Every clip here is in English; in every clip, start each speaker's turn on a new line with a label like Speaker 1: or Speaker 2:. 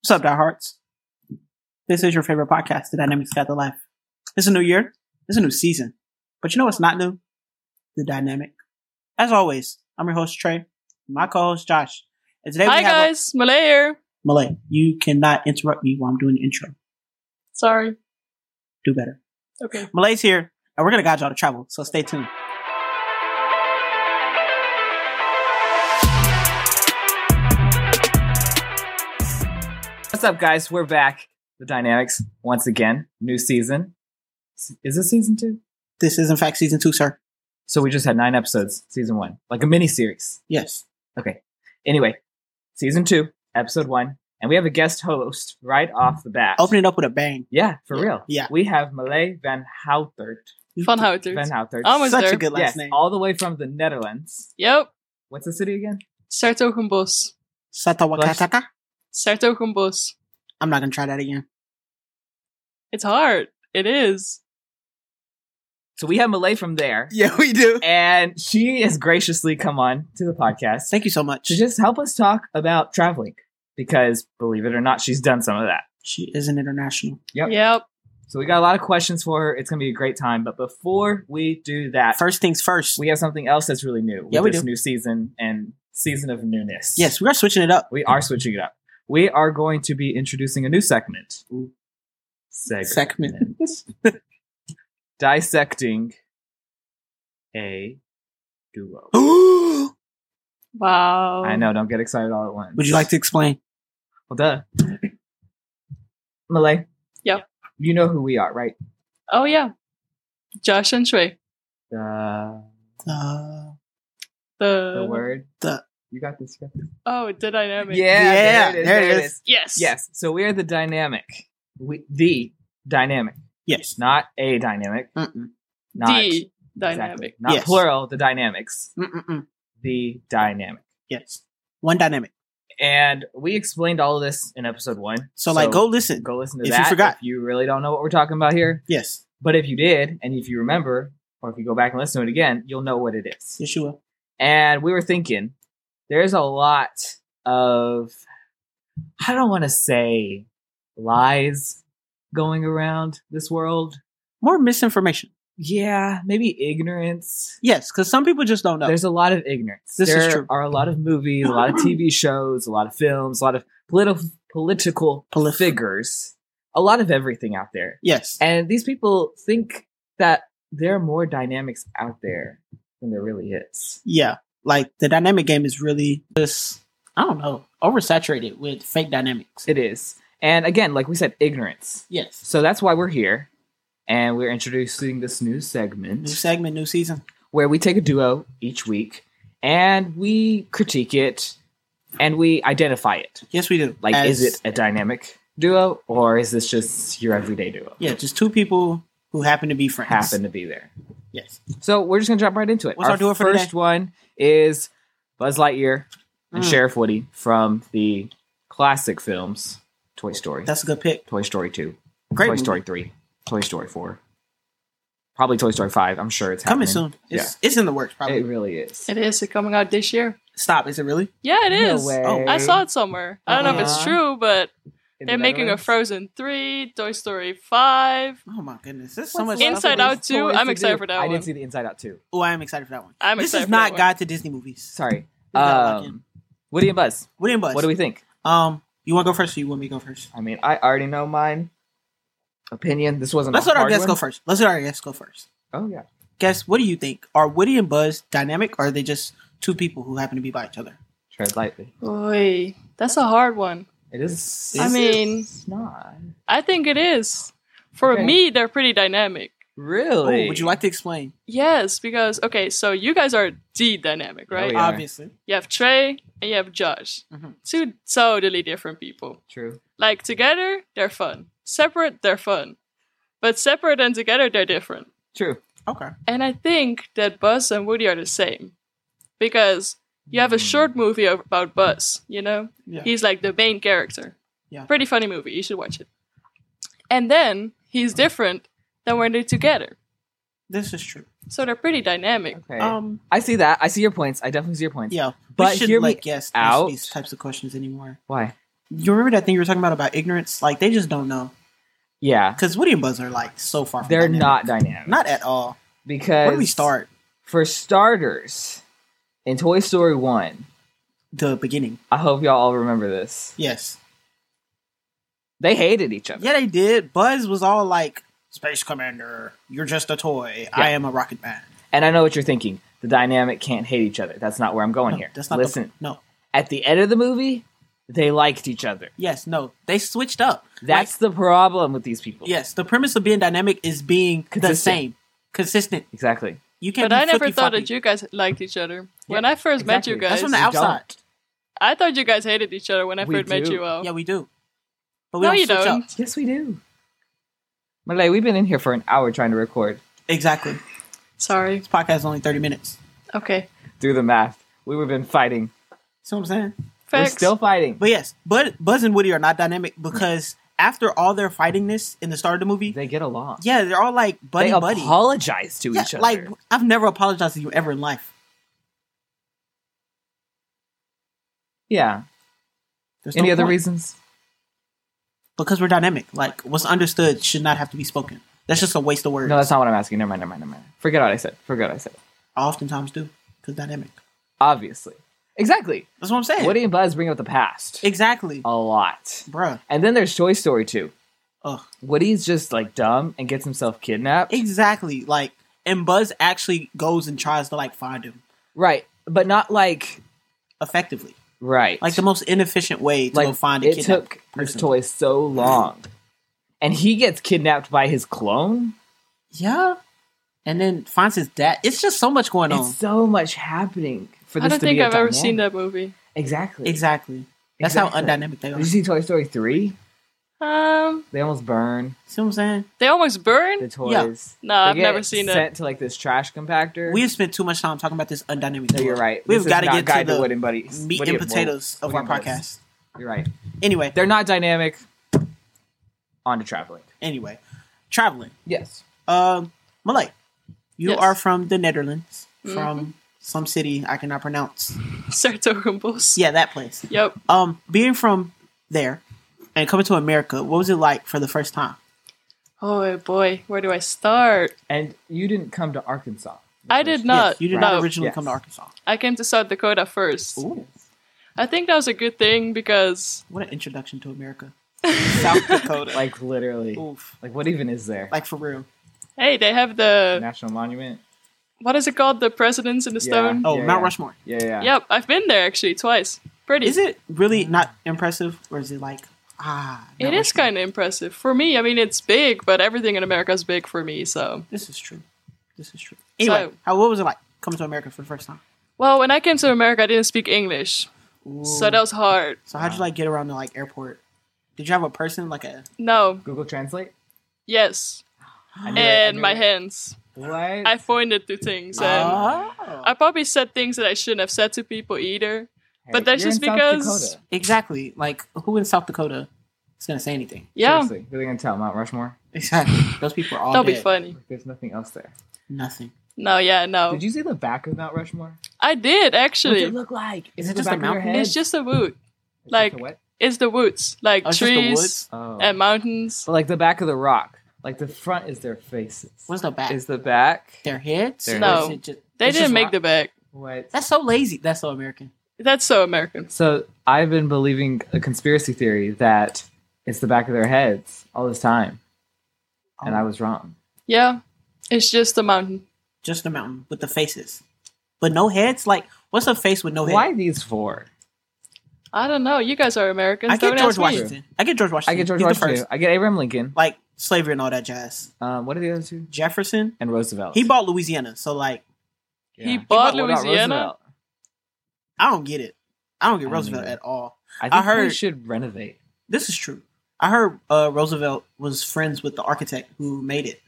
Speaker 1: What's up, Die Hearts? This is your favorite podcast, The Dynamics Got the Life. It's a new year. It's a new season. But you know what's not new? The dynamic. As always, I'm your host, Trey, my co host, Josh. And today
Speaker 2: Hi
Speaker 1: we have
Speaker 2: guys, Malay here.
Speaker 1: A- Malay, you cannot interrupt me while I'm doing the intro.
Speaker 2: Sorry.
Speaker 1: Do better.
Speaker 2: Okay.
Speaker 1: Malay's here, and we're going to guide y'all to travel, so stay tuned.
Speaker 3: What's up, guys? We're back. The dynamics once again. New season. S- Is this season two?
Speaker 1: This is, in fact, season two, sir.
Speaker 3: So we just had nine episodes. Season one, like a mini series.
Speaker 1: Yes.
Speaker 3: Okay. Anyway, season two, episode one, and we have a guest host right off the bat.
Speaker 1: Open it up with a bang.
Speaker 3: Yeah, for real.
Speaker 1: Yeah.
Speaker 3: We have Malay van Houtert.
Speaker 2: Fun how it
Speaker 3: Van Houtert.
Speaker 2: Almost
Speaker 1: Such a
Speaker 2: there.
Speaker 1: good Oh, last
Speaker 3: yes,
Speaker 1: name.
Speaker 3: all the way from the Netherlands.
Speaker 2: Yep.
Speaker 3: What's the city again?
Speaker 2: Sertogenbos.
Speaker 1: Satawakataka?
Speaker 2: Sertogenbos.
Speaker 1: I'm not going to try that again.
Speaker 2: It's hard. It is.
Speaker 3: So we have Malay from there,
Speaker 1: Yeah, we do.
Speaker 3: and she has graciously come on to the podcast.
Speaker 1: Thank you so much.
Speaker 3: to just help us talk about traveling because believe it or not she's done some of that
Speaker 1: She is an international.
Speaker 3: Yep.
Speaker 2: Yep.
Speaker 3: so we got a lot of questions for her it's going to be a great time but before we do that
Speaker 1: First things first.
Speaker 3: we have something else that's really new with
Speaker 1: Yeah, we
Speaker 3: this
Speaker 1: do.
Speaker 3: new season and season of newness
Speaker 1: Yes, we are switching it up.
Speaker 3: we are switching it up we are going to be introducing a new segment
Speaker 1: Ooh.
Speaker 3: segment,
Speaker 1: Segment.
Speaker 3: dissecting a duo
Speaker 1: Would
Speaker 2: Wow.
Speaker 3: i know don't get excited all at once
Speaker 1: you like to explain?
Speaker 3: well duh malay
Speaker 2: Yep.
Speaker 3: you know who we are right
Speaker 2: Oh yeah. Josh and Shui.
Speaker 3: the
Speaker 1: Uh,
Speaker 2: The,
Speaker 3: the word
Speaker 1: the-
Speaker 3: you got this right?
Speaker 2: Oh, the Uh, dynamic.
Speaker 1: Yeah, there it is.
Speaker 2: Yes.
Speaker 3: yes so we are the dynamic we the dynamic
Speaker 1: yes.
Speaker 3: not a dynamic
Speaker 1: Mm-mm.
Speaker 3: not
Speaker 2: the
Speaker 3: exactly,
Speaker 2: dynamic.
Speaker 3: not
Speaker 1: Yes.
Speaker 3: plural the dynamics
Speaker 1: Mm-mm-mm.
Speaker 3: the dynamic
Speaker 1: Yes. One dynamic.
Speaker 3: and we explained all of this in episode one
Speaker 1: So, like, go listen.
Speaker 3: go listen to
Speaker 1: if you
Speaker 3: that
Speaker 1: forgot.
Speaker 3: if you really don't know what we're talking about here
Speaker 1: Yes.
Speaker 3: but if you did and if you remember or if you go back and listen to it again you'll know what it is
Speaker 1: Yes, you will.
Speaker 3: and we were thinking there's a lot of i don't want to say lies going around this world
Speaker 1: More misinformation.
Speaker 3: yeah maybe ignorance
Speaker 1: Yes, because some people just don't know.
Speaker 3: there's a lot of ignorance
Speaker 1: This is
Speaker 3: There
Speaker 1: true.
Speaker 3: are a lot of movies a lot of tv shows a lot of films a lot of political political
Speaker 1: Politi-
Speaker 3: figures a lot of everything out there
Speaker 1: yes.
Speaker 3: and these people think that there are more dynamics out there than there really is
Speaker 1: yeah. Like, the dynamic game is really just, I don't know, oversaturated with fake dynamics.
Speaker 3: It is. And again, like we said, ignorance.
Speaker 1: yes.
Speaker 3: So that's why we're here. And we're introducing this new
Speaker 1: New
Speaker 3: segment
Speaker 1: segment, new season.
Speaker 3: where we take a duo each week and we critique it and we identify it.
Speaker 1: Yes, we do.
Speaker 3: Like,
Speaker 1: As-
Speaker 3: is it a dynamic duo or is this just your everyday duo?
Speaker 1: Yeah, just two people who happen to be friends.
Speaker 3: Happen to be there.
Speaker 1: Yes.
Speaker 3: So we're just going to jump right into it.
Speaker 1: What's our duo for
Speaker 3: first
Speaker 1: today?
Speaker 3: one is Buzz Lightyear and
Speaker 1: Mm.
Speaker 3: Sheriff Woody from the classic films Toy Story,
Speaker 1: That's a good pick.
Speaker 3: Toy Story 2,
Speaker 1: Great.
Speaker 3: Toy
Speaker 1: movie.
Speaker 3: Story 3, Toy Story 4, probably Toy Story 5. I'm sure it's
Speaker 1: Coming
Speaker 3: happening.
Speaker 1: soon. It's, it's in the works, probably.
Speaker 3: It really is.
Speaker 2: It is. It coming out this year.
Speaker 1: Stop. Is it really?
Speaker 2: Yeah, it is.
Speaker 3: No way.
Speaker 1: Oh,
Speaker 2: I saw it somewhere. I don't know if it's
Speaker 3: Uh-huh.
Speaker 2: true, but
Speaker 3: In the
Speaker 2: they're making a
Speaker 3: Netherlands?
Speaker 2: Frozen 3, Toy Story 5.
Speaker 1: Oh my goodness, this is so much
Speaker 3: What's
Speaker 2: left?
Speaker 3: left
Speaker 2: Inside
Speaker 3: of
Speaker 2: Out
Speaker 3: these
Speaker 2: 2?
Speaker 3: toys
Speaker 2: I'm
Speaker 3: to
Speaker 2: excited
Speaker 3: do?
Speaker 2: for that
Speaker 3: I
Speaker 2: one.
Speaker 3: didn't see the Inside Out 2.
Speaker 1: Oh, I am excited for that one.
Speaker 2: I'm
Speaker 1: this
Speaker 2: excited
Speaker 1: is
Speaker 2: for
Speaker 1: not
Speaker 2: that one.
Speaker 1: God to Disney movies.
Speaker 3: Sorry.
Speaker 1: We gotta lock in.
Speaker 3: Um, Woody and Buzz,
Speaker 1: Woody and Buzz.
Speaker 3: what do we think?
Speaker 1: Um, you want to go first, or you want me to go first?
Speaker 3: I mean, I already know mine. Opinion. This wasn't.
Speaker 1: Let's
Speaker 3: a
Speaker 1: let our
Speaker 3: hard
Speaker 1: guests
Speaker 3: one.
Speaker 1: go first. Let's let our guests go first.
Speaker 3: Oh yeah.
Speaker 1: Guess what do you think? Are Woody and Buzz dynamic, or are they just two people who happen to be by each other?
Speaker 3: Tread lightly.
Speaker 2: Oy, that's a hard one.
Speaker 3: It is.
Speaker 2: I
Speaker 3: is
Speaker 2: mean-
Speaker 3: it? not
Speaker 2: I think it is. For
Speaker 3: Okay.
Speaker 2: me, they're pretty dynamic.
Speaker 1: Oh,
Speaker 3: really.
Speaker 1: would you like to explain?
Speaker 2: Yes, because okay, so you guys are the dynamic, right?
Speaker 3: yeah.
Speaker 1: Obviously,
Speaker 2: You have Trey and you have Josh.
Speaker 1: Mhm.
Speaker 2: Two totally different people.
Speaker 3: True.
Speaker 2: Like together, they're fun. Separate, they're fun. But separate and together, they're different.
Speaker 3: True.
Speaker 1: okay.
Speaker 2: And I think that Buzz and Woody are the same. Because you have a short movie about Buzz, you know?
Speaker 1: Yeah.
Speaker 2: He's like the main character.
Speaker 1: Yeah.
Speaker 2: Pretty funny movie. You should watch it. And then he's different than when they're together.
Speaker 1: This is true.
Speaker 2: So they're pretty dynamic.
Speaker 3: Okay.
Speaker 1: Um,
Speaker 3: I see that. I see your points. I definitely see your points.
Speaker 1: yeah,
Speaker 3: But
Speaker 1: we should
Speaker 3: hear me
Speaker 1: like guests ask
Speaker 3: out.
Speaker 1: these types of questions anymore.
Speaker 3: Why?
Speaker 1: You remember that thing you were talking about about ignorance? Like they just don't know
Speaker 3: Yeah,
Speaker 1: because Woody and Buzz are like so far. From
Speaker 3: they're
Speaker 1: dynamic.
Speaker 3: not dynamic.
Speaker 1: not at all.
Speaker 3: because
Speaker 1: Where do we start?
Speaker 3: For starters, in Toy Story One,
Speaker 1: The beginning.
Speaker 3: I hope y'all all remember this.
Speaker 1: Yes.
Speaker 3: They hated each other.
Speaker 1: Yeah, they did. Buzz was all like, "Space Commander, you're just a toy. I am a rocket man."
Speaker 3: And I know what you're thinking. The dynamic can't hate each other. That's not where I'm going
Speaker 1: No,
Speaker 3: here.
Speaker 1: that's not.
Speaker 3: Listen,
Speaker 1: The, no.
Speaker 3: at the end of the movie, they liked each other.
Speaker 1: Yes. No. They switched up.
Speaker 3: That's the problem with these people.
Speaker 1: Yes. The premise of being dynamic is being the
Speaker 3: Consistent.
Speaker 1: same, consistent.
Speaker 3: Exactly.
Speaker 1: You can't.
Speaker 2: But
Speaker 1: be
Speaker 2: I never
Speaker 1: flicky
Speaker 2: thought
Speaker 1: floppy.
Speaker 2: that you guys liked each other. When I first met you
Speaker 3: exactly.
Speaker 2: guys,
Speaker 1: That's from the
Speaker 3: You don't.
Speaker 1: outside.
Speaker 2: I thought you guys hated each other when I
Speaker 3: We
Speaker 2: first met
Speaker 3: do.
Speaker 2: you all.
Speaker 1: Yeah, we do. But
Speaker 2: no, you
Speaker 1: switch
Speaker 2: don't.
Speaker 1: up.
Speaker 3: Yes, we do. Malay, we've been in here for an hour trying to record.
Speaker 1: Exactly.
Speaker 2: Sorry.
Speaker 1: This podcast is only 30 minutes.
Speaker 2: Okay.
Speaker 3: Do the math. We've been fighting.
Speaker 1: See what I'm saying?
Speaker 2: Facts.
Speaker 3: We're still fighting.
Speaker 1: But yes, Bud, Buzz and Woody are not dynamic because after all their fightingness in the start of the movie,
Speaker 3: They get along.
Speaker 1: yeah, they're all like buddy
Speaker 3: they
Speaker 1: buddy.
Speaker 3: apologize to
Speaker 1: Yeah,
Speaker 3: each other.
Speaker 1: like I've never apologized to you ever in life.
Speaker 3: yeah.
Speaker 1: There's
Speaker 3: Any
Speaker 1: no
Speaker 3: other
Speaker 1: point.
Speaker 3: reasons?
Speaker 1: Because we're dynamic. Like what's understood should not have to be spoken. That's just a waste of words.
Speaker 3: No, that's not what I'm asking. Never mind. Never mind. Never mind. Forget what I said. Forget what I said.
Speaker 1: I oftentimes do because dynamic.
Speaker 3: Obviously. Exactly.
Speaker 1: That's what I'm saying.
Speaker 3: Woody and Buzz bring up the past
Speaker 1: exactly,
Speaker 3: a lot.
Speaker 1: bruh.
Speaker 3: And then there's Toy Story 2.
Speaker 1: Ugh.
Speaker 3: Woody's just like dumb and gets himself kidnapped.
Speaker 1: Exactly. Like, and Buzz actually goes and tries to like find him
Speaker 3: Right. But not like
Speaker 1: effectively.
Speaker 3: right.
Speaker 1: like the most inefficient way to
Speaker 3: Like,
Speaker 1: go find a
Speaker 3: it
Speaker 1: kidnapped
Speaker 3: took this
Speaker 1: person.
Speaker 3: toy so long. And he gets kidnapped by his clone.
Speaker 1: Yeah, and then finds his dad. It's just so much going on.
Speaker 3: It's so much happening for this
Speaker 2: I don't
Speaker 3: to
Speaker 2: think
Speaker 3: be a
Speaker 2: I've ever seen
Speaker 3: dynamic.
Speaker 2: that movie.
Speaker 3: Exactly.
Speaker 1: Exactly. That's
Speaker 3: Exactly.
Speaker 1: how undynamic they are.
Speaker 3: Did you
Speaker 1: See
Speaker 3: see Toy Story 3?
Speaker 2: Um,
Speaker 3: They almost burn
Speaker 1: what I'm saying?
Speaker 2: they almost
Speaker 3: the
Speaker 2: burn.
Speaker 3: toys.
Speaker 2: No,
Speaker 3: They
Speaker 2: I've
Speaker 3: get
Speaker 2: never seen
Speaker 3: sent
Speaker 2: that.
Speaker 3: to like this trash compactor.
Speaker 1: We have spent too much time talking about this undynamic.
Speaker 3: no,
Speaker 1: toy.
Speaker 3: you're right.
Speaker 1: We've
Speaker 3: got
Speaker 1: to get to
Speaker 3: the
Speaker 1: the
Speaker 3: wooden buddies.
Speaker 1: meat
Speaker 3: Woody
Speaker 1: and potatoes of
Speaker 3: Woody
Speaker 1: our
Speaker 3: and Buzz.
Speaker 1: podcast.
Speaker 3: You're right.
Speaker 1: Anyway,
Speaker 3: They're not dynamic. On to traveling.
Speaker 1: anyway, traveling.
Speaker 3: Yes.
Speaker 1: Um, Malay, you
Speaker 2: Yes. Mm-hmm.
Speaker 1: are from the Netherlands, from some city I cannot pronounce.
Speaker 2: Sertogenbos.
Speaker 1: Yeah, that place.
Speaker 2: Yep.
Speaker 1: Um, being from there and coming to America, what was it like for the first time?
Speaker 2: Oh boy, where do I start?
Speaker 3: And you didn't come to Arkansas.
Speaker 2: I did not.
Speaker 1: yes, you did
Speaker 2: no.
Speaker 1: not originally
Speaker 3: Yes.
Speaker 1: come to Arkansas.
Speaker 2: I came to South Dakota first.
Speaker 1: Ooh,
Speaker 2: I think that was a good thing because
Speaker 1: what an introduction to America. South Dakota. Like,
Speaker 3: Like literally.
Speaker 1: oof.
Speaker 3: Like what even is there?
Speaker 1: Like, for real.
Speaker 2: hey, they have the
Speaker 3: National monument.
Speaker 2: what is it called? The presidents in the stone.
Speaker 1: Oh,
Speaker 3: Yeah,
Speaker 1: Mount
Speaker 3: yeah.
Speaker 1: Rushmore.
Speaker 3: Yeah, yeah.
Speaker 2: Yep, I've been there actually twice. Pretty.
Speaker 1: Is it really not impressive, or is it like, ah.
Speaker 2: It is kind of impressive for me. I mean, it's big, but everything in America is big for me. So,
Speaker 1: This is true. This is true. Anyway,
Speaker 2: So-
Speaker 1: how, what was it like coming to America for the first time?
Speaker 2: well, when I came to America, I didn't speak English,
Speaker 1: Ooh.
Speaker 2: so that was hard.
Speaker 1: So how'd you like get around the like airport? Did you have a person like a
Speaker 2: No,
Speaker 3: Google Translate.
Speaker 2: yes,
Speaker 3: I knew it, I
Speaker 2: and
Speaker 3: knew
Speaker 2: my
Speaker 3: it.
Speaker 2: hands.
Speaker 3: What?
Speaker 2: I pointed to things, and
Speaker 1: Oh.
Speaker 2: I probably said things that I shouldn't have said to people either.
Speaker 3: Hey,
Speaker 2: but that's
Speaker 3: you're
Speaker 2: just
Speaker 3: in South
Speaker 2: because-
Speaker 3: Dakota.
Speaker 1: exactly like who in South Dakota is gonna say anything?
Speaker 2: Yeah,
Speaker 3: Seriously, who are they gonna tell? Mount Rushmore.
Speaker 1: Exactly. Those people are all
Speaker 2: that'll be
Speaker 1: dead.
Speaker 2: funny.
Speaker 3: Like, There's nothing else there.
Speaker 1: Nothing.
Speaker 2: No, yeah, no.
Speaker 3: Did you see the back of Mount Rushmore?
Speaker 2: I did
Speaker 3: What does
Speaker 2: actually.
Speaker 3: it look like?
Speaker 1: Is it
Speaker 3: the
Speaker 1: just
Speaker 3: back
Speaker 1: a
Speaker 3: of your
Speaker 1: mountain?
Speaker 3: head?
Speaker 2: It's just a wood.
Speaker 3: It's
Speaker 2: like-
Speaker 3: just a what?
Speaker 2: It's the woods, like
Speaker 1: Oh, it's just the
Speaker 2: trees
Speaker 1: woods?
Speaker 3: Oh.
Speaker 2: and mountains.
Speaker 3: But like the back of the rock. Like the front is their faces.
Speaker 1: What's the back?
Speaker 3: Is the back?
Speaker 1: their heads?
Speaker 3: Their
Speaker 2: No.
Speaker 1: Or is it just-
Speaker 2: They
Speaker 1: it's just
Speaker 2: didn't make
Speaker 1: rock?
Speaker 2: the bag.
Speaker 3: What?
Speaker 1: That's so lazy. That's so American.
Speaker 2: That's so American.
Speaker 3: So I've been believing a conspiracy theory that it's the back of their heads all this time, and I was wrong.
Speaker 2: Yeah, it's just a mountain.
Speaker 1: just the mountain with the faces, but no heads. Like, what's a face with no head?
Speaker 3: Why these four?
Speaker 2: I don't know. You guys are Americans.
Speaker 1: I get
Speaker 2: don't
Speaker 1: George
Speaker 2: ask me.
Speaker 1: Washington. I get George Washington.
Speaker 3: I get George
Speaker 1: He's the
Speaker 3: Washington.
Speaker 1: first.
Speaker 3: I get Abraham Lincoln.
Speaker 1: Like slavery and all that jazz.
Speaker 3: Um, what are the other two?
Speaker 1: Jefferson.
Speaker 3: And Roosevelt.
Speaker 1: He bought Louisiana, so like
Speaker 3: Yeah.
Speaker 2: He bought
Speaker 3: What about
Speaker 2: Louisiana?
Speaker 3: Roosevelt?
Speaker 1: I don't get it. I don't get
Speaker 3: I don't
Speaker 1: Roosevelt
Speaker 3: either.
Speaker 1: at all.
Speaker 3: I, think
Speaker 1: I
Speaker 3: we
Speaker 1: heard-
Speaker 3: should renovate.
Speaker 1: This is true. I heard uh, Roosevelt was friends with the architect who made it,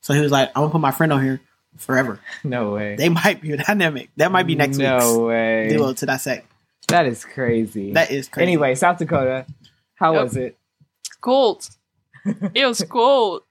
Speaker 1: so he was like, "I'm gonna put my friend on here forever."
Speaker 3: No way.
Speaker 1: They might be a dynamic. That might be next
Speaker 3: no
Speaker 1: week's
Speaker 3: way.
Speaker 1: duo to dissect.
Speaker 3: That is crazy.
Speaker 1: That is crazy.
Speaker 3: Anyway, South Dakota. How
Speaker 2: Yep.
Speaker 3: was it?
Speaker 2: Cold. it was cold.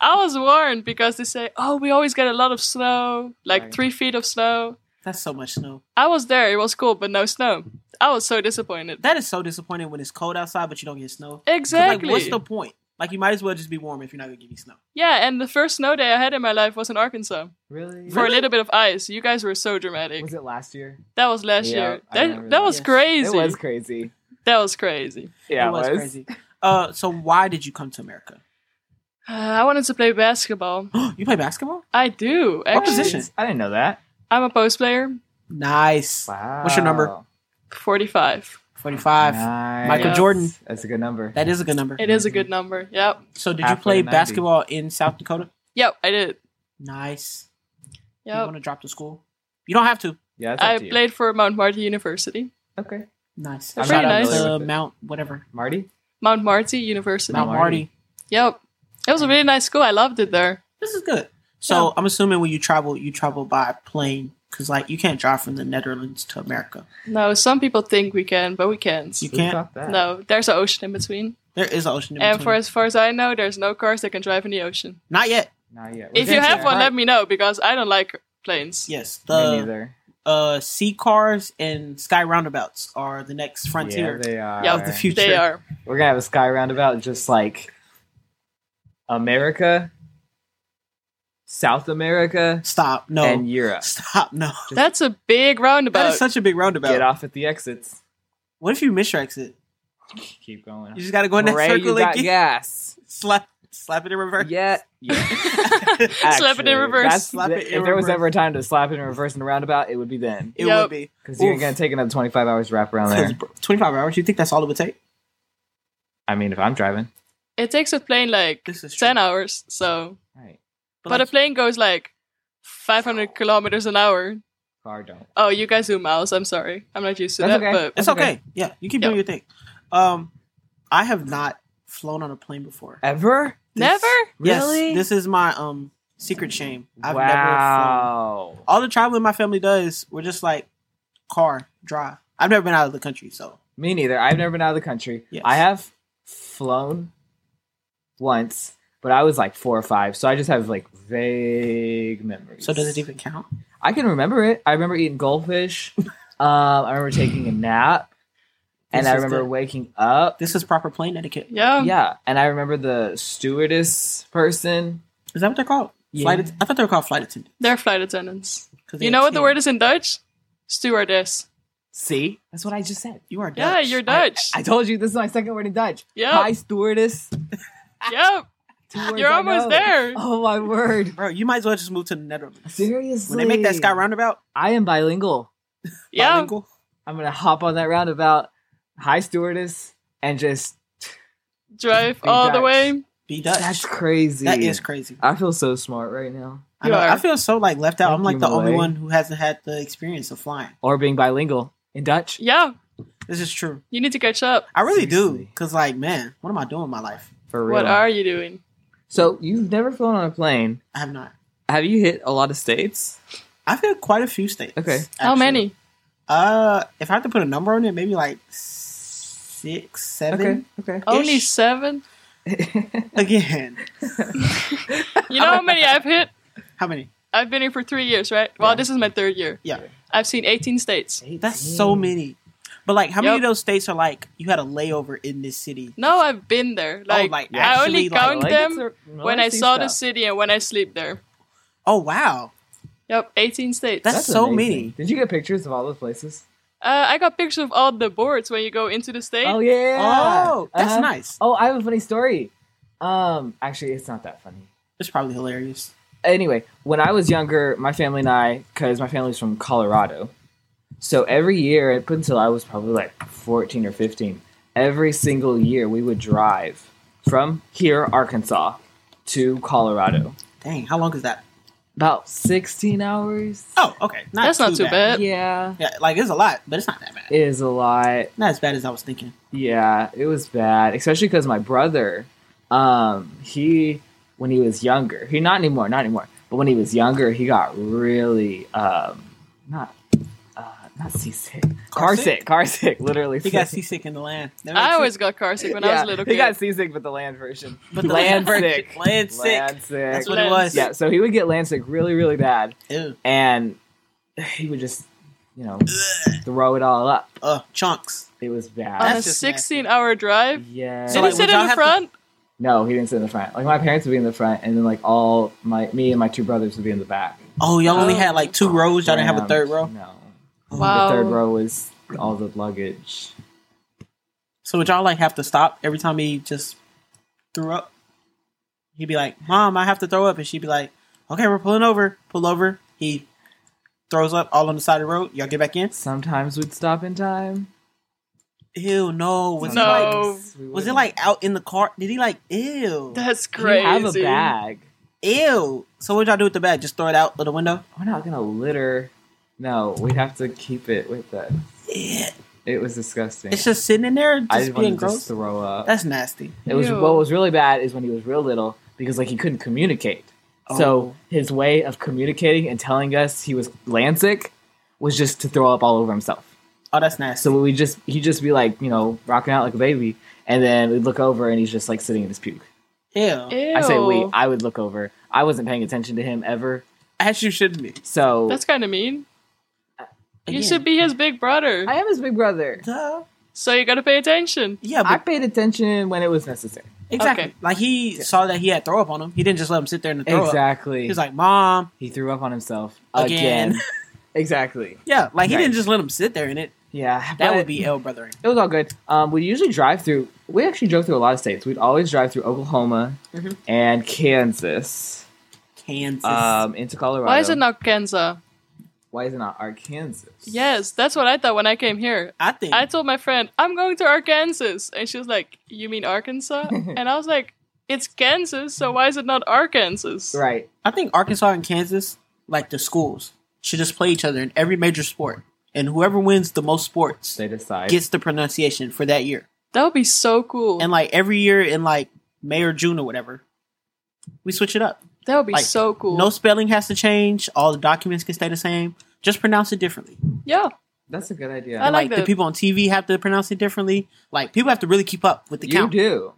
Speaker 2: I was warned because they say, "Oh, we always get a lot of snow, like
Speaker 3: Right.
Speaker 2: three feet of snow."
Speaker 1: That's so much snow.
Speaker 2: I was there. It was cool, but no snow. I was so disappointed.
Speaker 1: That is so disappointing when it's cold outside, but you don't get snow. 'Cause,
Speaker 2: Exactly.
Speaker 1: Like, what's the point? Like, you might as well just be warm if you're not gonna give me snow.
Speaker 2: yeah, and the first snow day I had in my life was in Arkansas
Speaker 3: Really?
Speaker 2: for a little bit of ice. You guys were so dramatic.
Speaker 3: Was it last year?
Speaker 2: That was last
Speaker 3: Yeah,
Speaker 2: year.
Speaker 3: I
Speaker 2: That
Speaker 3: remember
Speaker 2: that
Speaker 3: that.
Speaker 2: was
Speaker 1: Yes.
Speaker 2: crazy.
Speaker 3: It was crazy.
Speaker 2: That was crazy.
Speaker 3: Yeah,
Speaker 1: it was, crazy. Uh, so why did you come to America?
Speaker 2: Uh, I wanted to play basketball.
Speaker 1: you play basketball?
Speaker 2: I do.
Speaker 1: What
Speaker 2: Actually,
Speaker 1: position?
Speaker 3: I didn't know that.
Speaker 2: I'm a post player.
Speaker 1: Nice.
Speaker 3: Wow.
Speaker 1: What's your number?
Speaker 2: Forty-five.
Speaker 1: Forty-five.
Speaker 3: Nice.
Speaker 1: Michael
Speaker 2: Yeah.
Speaker 1: Jordan.
Speaker 3: That's a good number.
Speaker 1: That is a good number.
Speaker 2: It is a good number. Yep.
Speaker 1: So did you
Speaker 3: Halfway
Speaker 1: play
Speaker 3: to 90.
Speaker 1: basketball in South Dakota?
Speaker 2: Yep. I did.
Speaker 1: Nice. You
Speaker 2: Yep.
Speaker 1: want to drop to school? You don't have to.
Speaker 3: Yeah, that's up
Speaker 2: I
Speaker 3: to you.
Speaker 2: played for Mount Marty University.
Speaker 3: Okay.
Speaker 1: Nice.
Speaker 2: They're
Speaker 1: Shout
Speaker 2: pretty
Speaker 1: out
Speaker 2: nice.
Speaker 1: to
Speaker 3: Really?
Speaker 1: Mount whatever
Speaker 3: Marty?
Speaker 2: Mount Marty University.
Speaker 1: Mount
Speaker 3: Marty.
Speaker 1: Marty.
Speaker 2: Yep. It was a really nice school. I loved it there.
Speaker 1: This is good. So I'm assuming when you travel, you travel by plane because like you can't drive from the Netherlands to America.
Speaker 2: No, some people think we can, but we can't.
Speaker 1: You
Speaker 3: Who
Speaker 1: can't.
Speaker 3: thought that?
Speaker 2: No, there's an ocean in between.
Speaker 1: There is an ocean. In
Speaker 2: and
Speaker 1: between.
Speaker 2: for as far as I know, there's no cars that can drive in the ocean.
Speaker 1: not yet.
Speaker 3: Not yet.
Speaker 2: If you
Speaker 1: that's
Speaker 2: have
Speaker 1: it,
Speaker 2: one,
Speaker 1: right.
Speaker 2: let me know because I don't like planes.
Speaker 1: Yes,
Speaker 3: Me
Speaker 1: the
Speaker 3: neither.
Speaker 1: uh, sea cars and sky roundabouts are the next frontier.
Speaker 3: Yeah, they are.
Speaker 2: Yeah,
Speaker 1: of the future.
Speaker 2: They are.
Speaker 3: We're gonna have a sky roundabout just like America, South America,
Speaker 1: Stop. No.
Speaker 3: and Europe.
Speaker 1: Stop. No.
Speaker 2: That's a big roundabout.
Speaker 1: That is such a big
Speaker 3: Get
Speaker 1: roundabout.
Speaker 3: off at the exits.
Speaker 1: What if you miss your exit?
Speaker 3: Keep going.
Speaker 1: You just got to go in that
Speaker 3: Hooray,
Speaker 1: circle
Speaker 3: you
Speaker 1: and
Speaker 3: got
Speaker 1: get,
Speaker 3: gas.
Speaker 1: slap, slap it in reverse.
Speaker 3: Yeah. yeah.
Speaker 2: Slap it in
Speaker 3: Actually,
Speaker 2: reverse.
Speaker 3: that's-
Speaker 1: Slap it in
Speaker 3: if there was
Speaker 1: reverse.
Speaker 3: ever a time to slap it in reverse in a roundabout, it would be then.
Speaker 1: It
Speaker 2: Yup.
Speaker 1: would be.
Speaker 3: Because you're
Speaker 1: Oof.
Speaker 3: gonna take another 25 hours to wrap around
Speaker 1: 'Cause
Speaker 3: there.
Speaker 1: 25 hours. You think that's all it would take?
Speaker 3: I mean, if I'm driving,
Speaker 2: It takes a plane like
Speaker 1: This is true.
Speaker 2: 10 hours, so.
Speaker 3: right?
Speaker 2: But,
Speaker 1: like,
Speaker 2: a plane goes like 500 kilometers an hour.
Speaker 3: Car don't.
Speaker 2: Oh, you guys do miles. I'm sorry. I'm not used to
Speaker 3: That's
Speaker 2: that,
Speaker 3: okay.
Speaker 2: but
Speaker 1: It's
Speaker 3: That's okay.
Speaker 1: okay. Yeah, you keep
Speaker 2: Yeah.
Speaker 1: doing your thing. Um, I have not flown on a plane before.
Speaker 3: Ever?
Speaker 1: This-
Speaker 2: never?
Speaker 1: Yes,
Speaker 3: Really?
Speaker 1: this is my um secret shame. I've never flown.
Speaker 3: wow.
Speaker 1: All the traveling my family does, we're just like car drive. I've never been out of the country, so
Speaker 3: Me neither. I've never been out of the country.
Speaker 1: Yes.
Speaker 3: I have flown once, but I was like four or five, so I just have like vague memories.
Speaker 1: so does it even count?
Speaker 3: I can remember it. I remember eating goldfish. um, I remember taking a nap, and
Speaker 1: This is
Speaker 3: I remember
Speaker 1: the-
Speaker 3: waking up.
Speaker 1: This is proper plane etiquette.
Speaker 2: Yeah.
Speaker 3: yeah, and I remember the stewardess person.
Speaker 1: Is that what they're called?
Speaker 3: Yeah.
Speaker 1: Flight. att- I thought they were called flight attendant.
Speaker 2: They're flight attendants.
Speaker 1: 'cause they
Speaker 2: You know what the
Speaker 1: attend.
Speaker 2: word is in Dutch? Stewardess.
Speaker 3: See, that's what I just said.
Speaker 1: You are Dutch.
Speaker 2: Yeah, you're Dutch.
Speaker 3: I told you this is my second word in Dutch. Hi,
Speaker 2: yep.
Speaker 3: stewardess.
Speaker 2: Yep.
Speaker 3: Two words
Speaker 2: Oh. You're
Speaker 3: I
Speaker 2: almost
Speaker 3: know.
Speaker 2: there.
Speaker 3: Oh my word!
Speaker 1: Bro, you might as well just move to the Netherlands.
Speaker 3: Seriously,
Speaker 1: When they make that sky roundabout,
Speaker 3: I am bilingual.
Speaker 2: Yeah.
Speaker 1: bilingual,
Speaker 3: I'm gonna hop on that roundabout, high stewardess, and just
Speaker 2: Drive
Speaker 3: Be
Speaker 2: all the
Speaker 3: Dutch.
Speaker 2: way.
Speaker 1: be Dutch.
Speaker 3: that's crazy.
Speaker 1: That is crazy.
Speaker 3: I feel so smart right now,
Speaker 1: I,
Speaker 2: You
Speaker 1: know,
Speaker 2: are.
Speaker 1: I feel so like left out.
Speaker 3: Thank
Speaker 1: I'm like
Speaker 3: you,
Speaker 1: the only
Speaker 3: Malay.
Speaker 1: one who hasn't had the experience of flying.
Speaker 3: or being bilingual in Dutch.
Speaker 2: Yeah.
Speaker 1: This is true.
Speaker 2: You need to catch up.
Speaker 1: I really do,
Speaker 3: Seriously.
Speaker 1: cause like, man, what am I doing with my life?
Speaker 3: For real.
Speaker 2: What are you doing?
Speaker 3: so you've never flown on a plane?
Speaker 1: I have not.
Speaker 3: Have you hit a lot of states?
Speaker 1: I've had quite a few states.
Speaker 3: Okay.
Speaker 2: How
Speaker 1: actually.
Speaker 2: many?
Speaker 1: Uh, if I had to put a number on it, maybe like six, seven.
Speaker 3: Okay.
Speaker 2: Only
Speaker 1: Ish.
Speaker 2: seven?
Speaker 3: Okay.
Speaker 1: Again,
Speaker 2: You know how many I've hit?
Speaker 1: how many?
Speaker 2: I've been here for three years, right? Well,
Speaker 3: Yeah.
Speaker 2: this is my third year.
Speaker 1: Yeah.
Speaker 2: I've seen 18 states.
Speaker 1: That's so many. But like, how many of
Speaker 2: Yep.
Speaker 1: those states are like you had a layover in this city?
Speaker 2: No, I've been there.
Speaker 3: Oh
Speaker 2: Like,
Speaker 1: like,
Speaker 2: I only
Speaker 1: actually, like,
Speaker 2: count them when I saw the
Speaker 3: this,
Speaker 2: city and when I sleep there.
Speaker 1: Oh wow,
Speaker 2: Yep, 18 states.
Speaker 1: That's- so many.
Speaker 3: Did you get pictures of all those places?
Speaker 2: uh, I got pictures of all the boards when you go into the state.
Speaker 3: Oh yeah.
Speaker 1: oh that's
Speaker 3: Uh-huh.
Speaker 1: nice.
Speaker 3: Oh, I have a funny story. Um, actually, it's not that funny.
Speaker 1: It's probably hilarious.
Speaker 3: anyway, when I was younger, my family and I, because my family's from Colorado, so every year up until I was probably like fourteen or fifteen, every single year we would drive from here, Arkansas, to Colorado,
Speaker 1: Dang, how long is that?
Speaker 3: about sixteen hours.
Speaker 1: Oh, okay, not
Speaker 2: That's not too bad.
Speaker 3: Yeah,
Speaker 1: Yeah, like it's a lot, but it's not that bad.
Speaker 3: it is a lot.
Speaker 1: Not as bad as I was thinking.
Speaker 3: Yeah, it was bad, especially because my brother, um, he when he was younger, he not anymore, not anymore, but when he was younger, he got really um, not uh, not seasick, car sick, car sick, literally.
Speaker 1: He got seasick in the land. That makes
Speaker 2: I
Speaker 1: sense.
Speaker 2: always got car sick when I was a little
Speaker 3: he
Speaker 2: kid.
Speaker 3: got seasick, but the land version,
Speaker 1: But the
Speaker 3: land
Speaker 1: land
Speaker 3: sick,
Speaker 1: version. Land sick.
Speaker 3: land sick.
Speaker 1: That's what it was.
Speaker 3: yeah, so he would get land sick really, really bad,
Speaker 1: Ew.
Speaker 3: and he would just, you know, throw it all up.
Speaker 1: Uh, chunks.
Speaker 3: It was
Speaker 2: on
Speaker 3: bad.
Speaker 1: That's
Speaker 2: a
Speaker 1: just
Speaker 2: 16 hour drive.
Speaker 3: Yeah.
Speaker 1: So,
Speaker 2: Did
Speaker 1: like,
Speaker 2: he
Speaker 1: would
Speaker 2: sit
Speaker 1: y'all
Speaker 2: in the
Speaker 1: have to-
Speaker 2: front?
Speaker 3: no, he didn't sit in the front. Like my parents would be in the front, and then like all my me and my two brothers would be in the back.
Speaker 1: Oh, y'all only
Speaker 2: Oh.
Speaker 1: had like two rows. Y'all didn't have a
Speaker 3: Rammed.
Speaker 1: third row.
Speaker 3: No.
Speaker 2: Wow.
Speaker 3: The
Speaker 2: Oh.
Speaker 3: third row was all the luggage.
Speaker 1: So would y'all like have to stop every time he just threw up? He'd be like, "Mom, I have to throw up," and she'd be like, "Okay, we're pulling over. Pull over." He throws up all on the side of the road. Y'all get back in.
Speaker 3: Sometimes we'd stop in time.
Speaker 1: Ew, no. Was
Speaker 2: No.
Speaker 1: it like
Speaker 3: Sometimes we
Speaker 1: was it
Speaker 3: wouldn't.
Speaker 1: like out in the car? Did he like ew,
Speaker 2: That's
Speaker 3: We
Speaker 2: crazy.
Speaker 3: have a bag.
Speaker 1: ew? So what y'all do with the bag? Just throw it out of the window?
Speaker 3: We're not gonna litter. No, we'd have to keep it with us.
Speaker 1: Yeah.
Speaker 3: It was disgusting.
Speaker 1: It's just sitting in there,
Speaker 3: I
Speaker 1: just
Speaker 3: just wanted
Speaker 1: being
Speaker 3: to
Speaker 1: gross.
Speaker 3: just throw up.
Speaker 1: That's nasty.
Speaker 3: It was
Speaker 2: Ew.
Speaker 3: what was really bad is when he was real little because like he couldn't communicate.
Speaker 1: Oh.
Speaker 3: So his way of communicating and telling us he was landsick was just to throw up all over himself.
Speaker 1: Oh, that's nasty.
Speaker 3: So we would just he'd just be like you know rocking out like a baby, and then we'd look over and he's just like sitting in his puke.
Speaker 1: Ew.
Speaker 2: Ew.
Speaker 3: I say we. I would look over. I wasn't paying attention to him ever.
Speaker 1: As you should be.
Speaker 3: So
Speaker 2: That's kind of mean. You
Speaker 1: Again.
Speaker 2: should be his big brother.
Speaker 3: Uh, I am his big brother.
Speaker 1: Duh.
Speaker 2: so you gotta pay attention.
Speaker 1: Yeah,
Speaker 3: I
Speaker 1: but
Speaker 3: paid attention when it was necessary.
Speaker 1: exactly.
Speaker 2: Okay.
Speaker 1: Like he saw that he had throw up on him. He didn't just let him sit there and throw up.
Speaker 3: Exactly.
Speaker 1: He's like, Mom.
Speaker 3: he threw up on himself
Speaker 1: Again.
Speaker 3: again. exactly.
Speaker 1: Yeah, like he
Speaker 3: Right.
Speaker 1: didn't just let him sit there in it.
Speaker 3: Yeah.
Speaker 1: That
Speaker 3: but-
Speaker 1: would be ill brothering.
Speaker 3: It was all good. Um, we usually drive through. We actually drove through a lot of states. We'd always drive through Oklahoma
Speaker 2: Mm-hmm.
Speaker 1: Mhm.
Speaker 3: and Kansas
Speaker 1: Kansas.
Speaker 3: um, into Colorado.
Speaker 2: Why is it not Kenza?
Speaker 3: Why is it not Arkansas?
Speaker 2: Yes, that's what I thought when I came here.
Speaker 1: I think
Speaker 2: I told my friend, I'm going to Arkansas. And she was like, You mean Arkansas? and I was like, It's Kansas, so why is it not Arkansas?
Speaker 3: Right.
Speaker 1: I think Arkansas and Kansas, like the schools, should just play each other in every major sport. And whoever wins the most sports
Speaker 3: They decide.
Speaker 1: gets the pronunciation for that year.
Speaker 2: That would be so cool.
Speaker 1: And like every year in like May or June or whatever, we switch it up.
Speaker 2: that would be
Speaker 1: like,
Speaker 2: so cool.
Speaker 1: No spelling has to change. All the documents can stay the same. Just pronounce it differently.
Speaker 2: yeah.
Speaker 3: That's a good
Speaker 2: I
Speaker 3: idea.
Speaker 1: And
Speaker 2: like
Speaker 1: like, the
Speaker 2: that.
Speaker 1: people on TV have to pronounce it differently. Like people have to really keep up with the
Speaker 3: you
Speaker 1: count.
Speaker 3: do.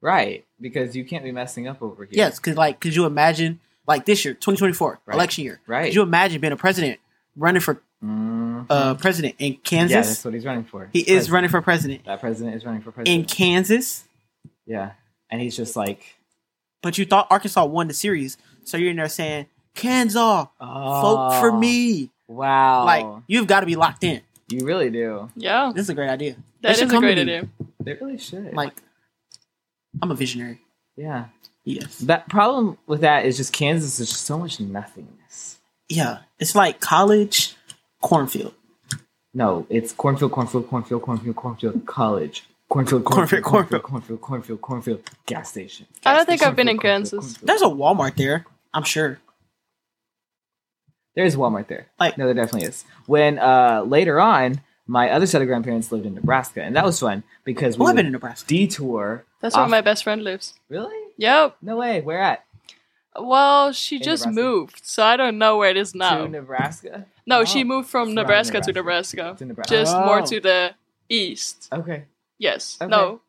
Speaker 3: Right. Because you can't be messing up over here.
Speaker 1: Yes, because like, could you imagine like this year, 2024
Speaker 3: Right.
Speaker 1: election year?
Speaker 3: Right.
Speaker 1: Could you imagine being a president running for
Speaker 3: Mhm.
Speaker 1: uh president in
Speaker 3: yeah, that's
Speaker 1: Kansas?
Speaker 3: what he's running for.
Speaker 1: he is running for president
Speaker 3: That president is running for
Speaker 1: in
Speaker 3: president.
Speaker 1: Kansas,
Speaker 3: yeah. And he's just like,
Speaker 1: but you thought Arkansas won the series, so you're in there saying Kansas, vote
Speaker 3: oh,
Speaker 1: for me.
Speaker 3: Wow.
Speaker 1: Like you've got to be locked in.
Speaker 3: you really do.
Speaker 2: Yeah.
Speaker 1: This is a great idea.
Speaker 2: That
Speaker 1: should
Speaker 2: is a
Speaker 1: come to
Speaker 2: great
Speaker 1: me.
Speaker 2: idea.
Speaker 3: They really should.
Speaker 1: Like, I'm a visionary.
Speaker 3: yeah.
Speaker 1: Yes.
Speaker 3: That problem with that is just Kansas is just so much nothingness.
Speaker 1: Yeah. It's like college cornfield.
Speaker 3: No, it's cornfield, cornfield, cornfield, cornfield, cornfield, college, cornfield,
Speaker 1: Cornfield,
Speaker 3: cornfield,
Speaker 1: cornfield.
Speaker 3: cornfield, cornfield, cornfield, cornfield, gas station.
Speaker 2: I don't
Speaker 3: gas
Speaker 2: think
Speaker 3: station,
Speaker 2: I've been in
Speaker 3: cornfield,
Speaker 2: Kansas.
Speaker 3: cornfield, cornfield.
Speaker 1: There's a Walmart there. I'm sure.
Speaker 3: There is Walmart there.
Speaker 1: Like-
Speaker 3: no, there definitely is. When uh, later on, my other set of grandparents lived in Nebraska, and that was fun because we
Speaker 1: Well, I've been
Speaker 3: would
Speaker 1: in Nebraska.
Speaker 3: detour.
Speaker 2: That's
Speaker 1: Ah.
Speaker 2: where
Speaker 3: off-
Speaker 2: my best friend lives.
Speaker 3: really
Speaker 2: Yep.
Speaker 3: no way. Where at?
Speaker 2: Well, she
Speaker 3: In
Speaker 2: just
Speaker 3: Nebraska.
Speaker 2: moved, so I don't know where it is
Speaker 3: To
Speaker 2: now.
Speaker 3: Nebraska.
Speaker 2: No,
Speaker 1: Oh.
Speaker 2: she moved from
Speaker 3: From
Speaker 2: Nebraska, to
Speaker 3: Nebraska.
Speaker 2: Nebraska.
Speaker 3: To Nebraska.
Speaker 2: Just more
Speaker 1: Oh.
Speaker 2: to the east.
Speaker 3: Okay.
Speaker 2: Yes.
Speaker 3: Okay.
Speaker 2: No.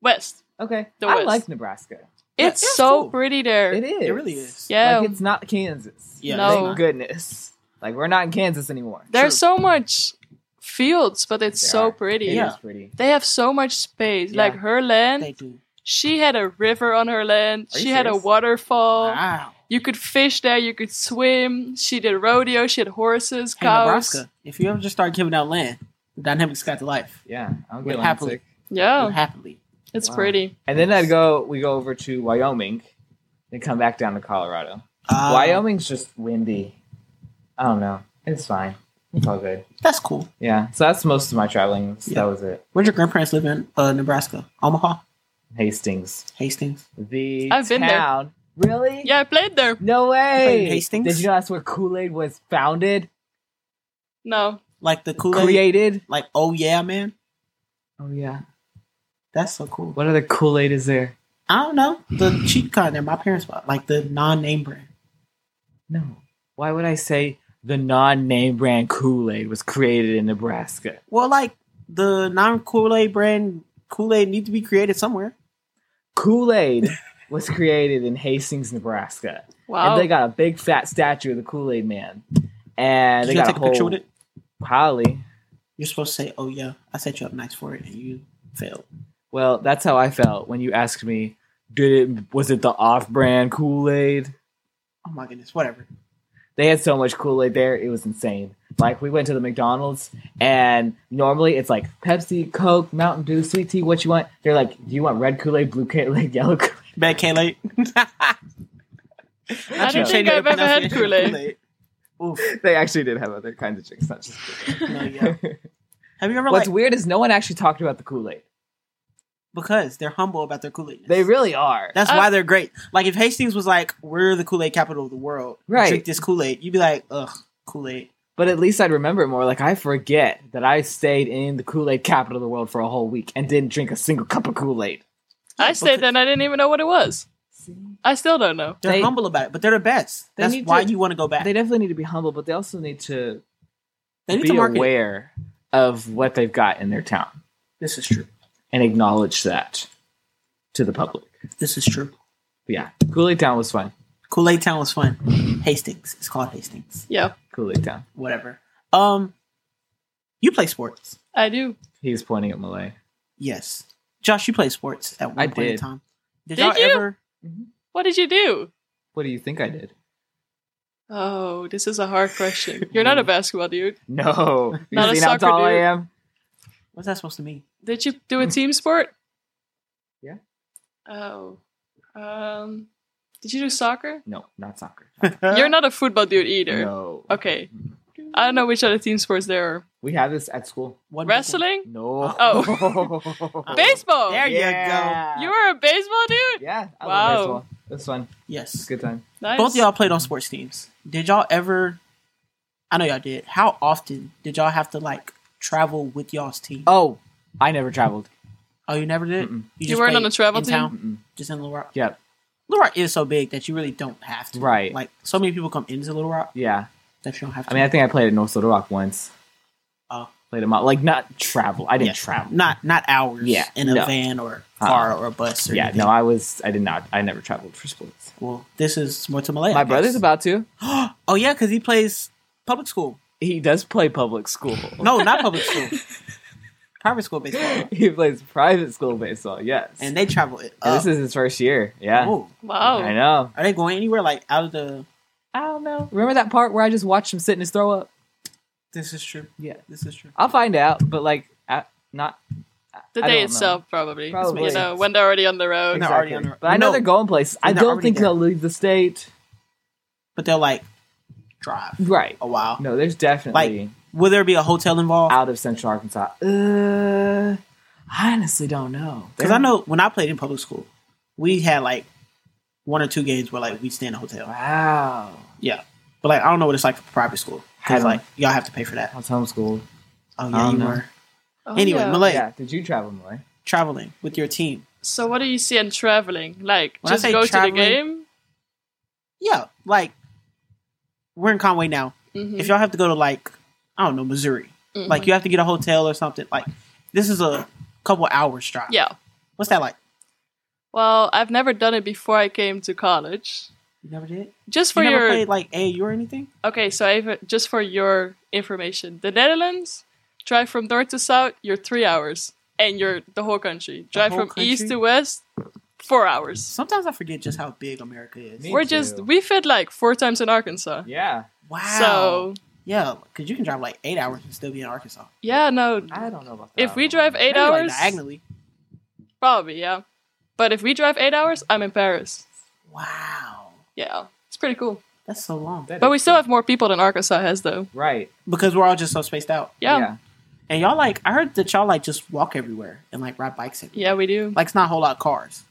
Speaker 2: West.
Speaker 3: Okay.
Speaker 2: The
Speaker 3: I
Speaker 2: West.
Speaker 3: like Nebraska.
Speaker 1: Yeah,
Speaker 2: It's
Speaker 1: it's
Speaker 2: so
Speaker 1: cool.
Speaker 2: pretty there.
Speaker 3: It is.
Speaker 1: It really is.
Speaker 2: Yeah.
Speaker 3: Like it's not Kansas.
Speaker 1: Yeah,
Speaker 2: Oh. No.
Speaker 1: it's
Speaker 3: Thank
Speaker 1: not.
Speaker 3: goodness. Like we're not in Kansas anymore.
Speaker 2: There's
Speaker 1: True.
Speaker 2: so much fields, but it's
Speaker 3: There
Speaker 2: so
Speaker 3: are.
Speaker 2: pretty.
Speaker 3: It is
Speaker 1: Yeah.
Speaker 3: pretty.
Speaker 2: They have so much space.
Speaker 3: Yeah.
Speaker 2: Like her land,
Speaker 1: They do.
Speaker 2: she had a river on her land.
Speaker 3: Are you
Speaker 2: She had a
Speaker 3: serious?
Speaker 2: waterfall.
Speaker 1: Wow.
Speaker 2: You could fish there. You could swim. She did rodeo. She had horses,
Speaker 1: Hey,
Speaker 2: cows.
Speaker 1: Nebraska, if you ever just start giving out land, the dynamics got to life.
Speaker 3: Yeah. I'll
Speaker 1: We'd
Speaker 3: get
Speaker 1: happily-
Speaker 3: happily.
Speaker 1: We'll
Speaker 2: Yeah,
Speaker 1: Happily.
Speaker 2: it's
Speaker 3: Wow.
Speaker 2: pretty.
Speaker 3: And then I'd go. We go over to Wyoming, then come back down to Colorado.
Speaker 1: Uh,
Speaker 3: Wyoming's just windy. I don't know. It's fine. It's all good.
Speaker 1: That's cool.
Speaker 3: Yeah. So that's most of my traveling. So
Speaker 1: Yeah.
Speaker 3: That was it.
Speaker 1: Where'd your grandparents live in uh, Nebraska? Omaha?
Speaker 3: Hastings.
Speaker 1: Hastings?
Speaker 3: The
Speaker 2: I've been there.
Speaker 3: town. Really?
Speaker 2: Yeah, I played there.
Speaker 3: No way.
Speaker 1: in Hastings?
Speaker 3: Did you know that's where Kool Aid was founded,
Speaker 2: No,
Speaker 1: Like the Kool Aid?
Speaker 3: created?
Speaker 1: Like, oh yeah, man.
Speaker 3: Oh yeah.
Speaker 1: That's so cool.
Speaker 3: What other Kool Aid is there?
Speaker 1: I don't know. The cheap kind that my parents bought, like the non name brand.
Speaker 3: No. Why would I say the non-name brand Kool-Aid was created in Nebraska?
Speaker 1: Well, like the non Kool Aid brand Kool Aid need to be created somewhere.
Speaker 3: Kool-Aid was created in Hastings, Nebraska.
Speaker 2: wow.
Speaker 1: Oh.
Speaker 3: And they got a big fat statue of the Kool-Aid man. and
Speaker 1: Did
Speaker 3: they
Speaker 1: you
Speaker 3: got
Speaker 1: take
Speaker 3: a
Speaker 1: a
Speaker 3: whole
Speaker 1: picture with it?
Speaker 3: Probably.
Speaker 1: You're supposed to say, "Oh yeah, I set you up nice for it," and you failed.
Speaker 3: Well, that's how I felt when you asked me. Did it was it the off-brand Kool Aid?
Speaker 1: Oh my goodness, whatever.
Speaker 3: They had so much Kool Aid there, it was insane. Like we went to the McDonald's, and normally it's like Pepsi, Coke, Mountain Dew, sweet tea, what you want. They're like, do you want red Kool Aid, blue Kool Aid, yellow Kool Aid?
Speaker 1: Bad K late.
Speaker 2: I don't think I've ever had Kool Aid.
Speaker 1: Oof.
Speaker 3: They actually did have other kinds of drinks, not just. Kool-Aid.
Speaker 1: No, yeah. Have you ever
Speaker 3: What's
Speaker 1: like
Speaker 3: weird is no one actually talked about the Kool Aid.
Speaker 1: because they're humble about their Kool Aid.
Speaker 3: They really are.
Speaker 1: That's
Speaker 2: I-
Speaker 1: why they're great. Like if Hastings was like, "We're the Kool Aid capital of the world,"
Speaker 3: Right.
Speaker 1: Drink this Kool Aid. You'd be like, "Ugh, Kool Aid."
Speaker 3: But at least I'd remember it more. Like I forget that I stayed in the Kool Aid capital of the world for a whole week and didn't drink a single cup of Kool Aid.
Speaker 2: I stayed there and I didn't even know what it was. I still don't know.
Speaker 1: They're
Speaker 3: They-
Speaker 1: humble about it, but they're the best.
Speaker 3: They
Speaker 1: That's
Speaker 3: need
Speaker 1: why
Speaker 3: to-
Speaker 1: you want to go back.
Speaker 3: They
Speaker 1: They,
Speaker 3: definitely need to be humble, but they also need to
Speaker 1: need
Speaker 3: be
Speaker 1: to market. it.
Speaker 3: aware of what they've got in their town
Speaker 1: This is true.
Speaker 3: and acknowledge that to the public.
Speaker 1: This is true.
Speaker 3: But yeah, Kool Aid Town was fun.
Speaker 1: Kool Aid Town was fun. Hastings. It's called Hastings.
Speaker 2: Yeah,
Speaker 3: Kool Aid Town.
Speaker 1: Whatever. Um, you play sports.
Speaker 2: I do.
Speaker 3: He's pointing at Malay.
Speaker 1: Yes, Josh, you play sports at one
Speaker 3: I
Speaker 1: point in
Speaker 3: did.
Speaker 1: time. Did,
Speaker 2: Did
Speaker 1: y'all
Speaker 2: you?
Speaker 1: ever?
Speaker 2: What did you do?
Speaker 3: What do you think I did?
Speaker 2: Oh, this is a hard question. You're not a basketball dude.
Speaker 3: No, you
Speaker 2: Not a
Speaker 3: seen how
Speaker 2: soccer
Speaker 3: tall I
Speaker 2: dude.
Speaker 3: am.
Speaker 1: What's that supposed to mean?
Speaker 2: Did you do a team sport?
Speaker 3: Hmm. Yeah.
Speaker 2: Oh. Um. Did you do soccer?
Speaker 3: No, not soccer.
Speaker 2: You're not a football dude either.
Speaker 3: No.
Speaker 2: Okay. I don't know which other team sports there are.
Speaker 3: We have this at school.
Speaker 1: One big one.
Speaker 2: Wrestling?
Speaker 3: No.
Speaker 1: Oh.
Speaker 2: Baseball!
Speaker 1: There you
Speaker 2: You were a baseball dude?
Speaker 3: Yeah. I
Speaker 2: Wow.
Speaker 3: love baseball. That's fun. It's a
Speaker 1: Yes.
Speaker 3: good time.
Speaker 2: Nice.
Speaker 1: Both of y'all played on sports teams. Did y'all ever? I know y'all did. How often did y'all have to like travel with y'all's team? Oh,
Speaker 3: Oh, I never traveled.
Speaker 1: you never did.
Speaker 3: Mm-mm.
Speaker 2: You weren't
Speaker 1: played
Speaker 2: on a travel
Speaker 1: in
Speaker 2: team?
Speaker 1: town?
Speaker 3: Mm-mm.
Speaker 1: just in Little Rock.
Speaker 3: Yep.
Speaker 1: Little Rock is so big that you really don't have to.
Speaker 3: Right.
Speaker 1: Like so many people come into Little Rock
Speaker 3: Yeah.
Speaker 1: that you don't have to.
Speaker 3: I mean, I think I played at North Little Rock once.
Speaker 1: Oh.
Speaker 3: Played them out. Like, not travel. I didn't
Speaker 1: Yeah.
Speaker 3: travel.
Speaker 1: not not hours.
Speaker 3: Yeah,
Speaker 1: In a
Speaker 3: no.
Speaker 1: van or
Speaker 3: Uh-uh.
Speaker 1: car or a bus. Or
Speaker 3: Yeah,
Speaker 1: anything.
Speaker 3: no, I was, I did not. I never traveled for sports.
Speaker 1: Well, this is more to Malaya.
Speaker 3: My brother's about to.
Speaker 1: about. oh yeah, because he plays public school.
Speaker 3: He does play public school.
Speaker 1: No, not public school. Private school baseball,
Speaker 3: He plays private school baseball, yes.
Speaker 1: and they Oh. travel. It
Speaker 3: And
Speaker 1: up.
Speaker 3: this is his first year. Yeah.
Speaker 1: Ooh.
Speaker 3: I
Speaker 2: Wow.
Speaker 3: know.
Speaker 1: Are they going anywhere? Like out of the?
Speaker 3: I don't know. Remember that part where I just watched him sit in his throw up?
Speaker 1: This is true.
Speaker 3: Yeah.
Speaker 1: This is true.
Speaker 3: I'll find out, but like, I, not. I-
Speaker 2: The
Speaker 3: I
Speaker 2: day
Speaker 3: don't know.
Speaker 2: itself, probably.
Speaker 3: Probably.
Speaker 2: You know, when they're already on the road.
Speaker 1: No. They're already on the-
Speaker 3: But I know
Speaker 1: No.
Speaker 3: they're going places. I
Speaker 1: They're
Speaker 3: don't
Speaker 1: already
Speaker 3: think
Speaker 1: there.
Speaker 3: they'll leave the state.
Speaker 1: But they'll like drive
Speaker 3: Right.
Speaker 2: Oh.
Speaker 1: a while.
Speaker 3: No, there's definitely
Speaker 1: Will there be a hotel involved?
Speaker 3: out of Central Arkansas. Uh, I honestly don't know.
Speaker 1: Because I know when I played in public school, we had like one or two games where like we stay in a hotel.
Speaker 3: Wow.
Speaker 1: Yeah, but like I don't know what it's like for private school. Because
Speaker 3: Haven't.
Speaker 1: like y'all have to pay for that.
Speaker 3: I was homeschooled.
Speaker 1: Oh
Speaker 3: I
Speaker 1: yeah,
Speaker 3: don't
Speaker 1: you
Speaker 3: know.
Speaker 1: were
Speaker 2: Oh,
Speaker 1: Anyway,
Speaker 2: yeah.
Speaker 1: Malay
Speaker 3: Yeah. Did you travel, Malay?
Speaker 1: traveling with your team.
Speaker 2: So what do you see in traveling? Like
Speaker 1: When I
Speaker 2: just
Speaker 1: say
Speaker 2: go
Speaker 1: traveling-
Speaker 2: to the game?
Speaker 1: Yeah, like we're in Conway now.
Speaker 2: Mhm.
Speaker 1: If y'all have to go to like I don't know Missouri, like
Speaker 2: Mm-hmm.
Speaker 1: you have to get a hotel or something. Like this is a couple hours drive.
Speaker 2: Yeah.
Speaker 1: what's that like?
Speaker 2: Well, I've never done it before I came to college.
Speaker 1: You never did.
Speaker 2: Just
Speaker 1: You
Speaker 2: for
Speaker 1: never
Speaker 2: your
Speaker 1: played like AU or anything.
Speaker 2: okay, so I've, just for your information, the Netherlands drive from north to south, you're three hours, and you're the whole country. Drive
Speaker 1: whole
Speaker 2: from east
Speaker 1: country?
Speaker 2: to west, four hours.
Speaker 1: Sometimes I forget just how big America is.
Speaker 3: Me-
Speaker 2: We're just
Speaker 3: too.
Speaker 2: we fit like four times in Arkansas.
Speaker 3: Yeah.
Speaker 1: Wow.
Speaker 2: So
Speaker 1: yeah, because you can drive like eight hours and still be in Arkansas.
Speaker 2: yeah, no.
Speaker 3: I don't know about that.
Speaker 2: If we drive eight
Speaker 1: Maybe, like,
Speaker 2: hours,
Speaker 1: diagonally.
Speaker 2: probably yeah. But if we drive eight hours, I'm in Paris.
Speaker 1: Wow,
Speaker 2: Yeah, it's pretty cool.
Speaker 1: that's so long.
Speaker 3: That
Speaker 2: But
Speaker 3: is
Speaker 2: we still
Speaker 3: cool.
Speaker 2: have more people than Arkansas has, though.
Speaker 3: Right.
Speaker 1: Because we're all just so spaced out.
Speaker 2: Yeah, yeah,
Speaker 1: And y'all like, I heard that y'all like just walk everywhere and like ride bikes. Everywhere.
Speaker 2: we do.
Speaker 1: Like it's not a whole lot of cars,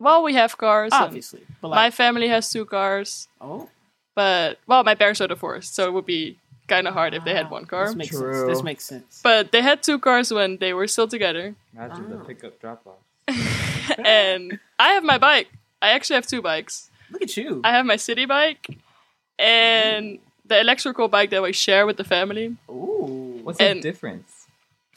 Speaker 2: Well, we have cars. and
Speaker 1: obviously. But
Speaker 2: Um, my
Speaker 1: like,
Speaker 2: family has two cars,
Speaker 1: oh,
Speaker 2: but well, my parents are divorced, so it would be kind of hard if they had one car.
Speaker 1: Ah, This makes
Speaker 3: True.
Speaker 1: sense. This makes sense.
Speaker 2: But they had two cars when they were still together,
Speaker 3: Imagine
Speaker 1: the
Speaker 3: pickup drop off.
Speaker 2: and I have my bike. I actually have two bikes.
Speaker 1: Look at you.
Speaker 2: I have my city bike and the electrical bike that we share with the family.
Speaker 1: Ooh,
Speaker 3: What's
Speaker 2: And-
Speaker 3: the difference?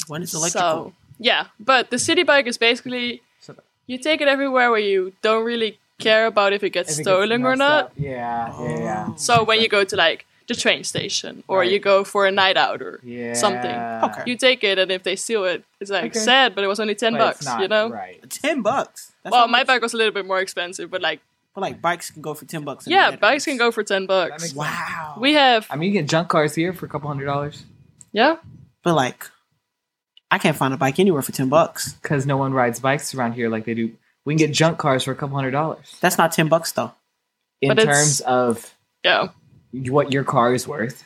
Speaker 1: when it's
Speaker 2: So
Speaker 1: electrical?
Speaker 2: yeah, but the city bike is basically
Speaker 3: Shut up.
Speaker 2: you take it everywhere where you don't really care about if it gets
Speaker 3: If it gets
Speaker 2: stolen or
Speaker 3: messed
Speaker 2: not.
Speaker 3: up- Yeah. Yeah. Yeah.
Speaker 1: Oh.
Speaker 2: So when you go to like the train station or
Speaker 3: Right.
Speaker 2: you go for a night out or
Speaker 3: Yeah.
Speaker 2: Oh. Something.
Speaker 1: Okay.
Speaker 2: you take it and if they steal it it's like
Speaker 3: Okay.
Speaker 2: sad but it was only 10
Speaker 3: But
Speaker 2: bucks
Speaker 3: it's not
Speaker 2: you know
Speaker 3: Right.
Speaker 1: Ten bucks. That's
Speaker 2: well
Speaker 1: not
Speaker 2: my
Speaker 1: much.
Speaker 2: bike was a little bit more expensive but like
Speaker 1: But like bikes can go for ten bucks. in the
Speaker 2: yeah
Speaker 1: Netherlands.
Speaker 2: bikes can go for 10
Speaker 3: That
Speaker 2: bucks
Speaker 3: makes-
Speaker 1: Wow.
Speaker 2: we have
Speaker 3: I mean, you get junk cars here for a couple hundred dollars
Speaker 2: yeah
Speaker 1: but like, I can't find a bike anywhere for ten bucks.
Speaker 3: because no one rides bikes around here like they do. We can get junk cars for a couple hundred dollars.
Speaker 1: That's not ten bucks though.
Speaker 3: In
Speaker 2: But it's-
Speaker 3: terms of
Speaker 2: yeah
Speaker 3: what your car is worth,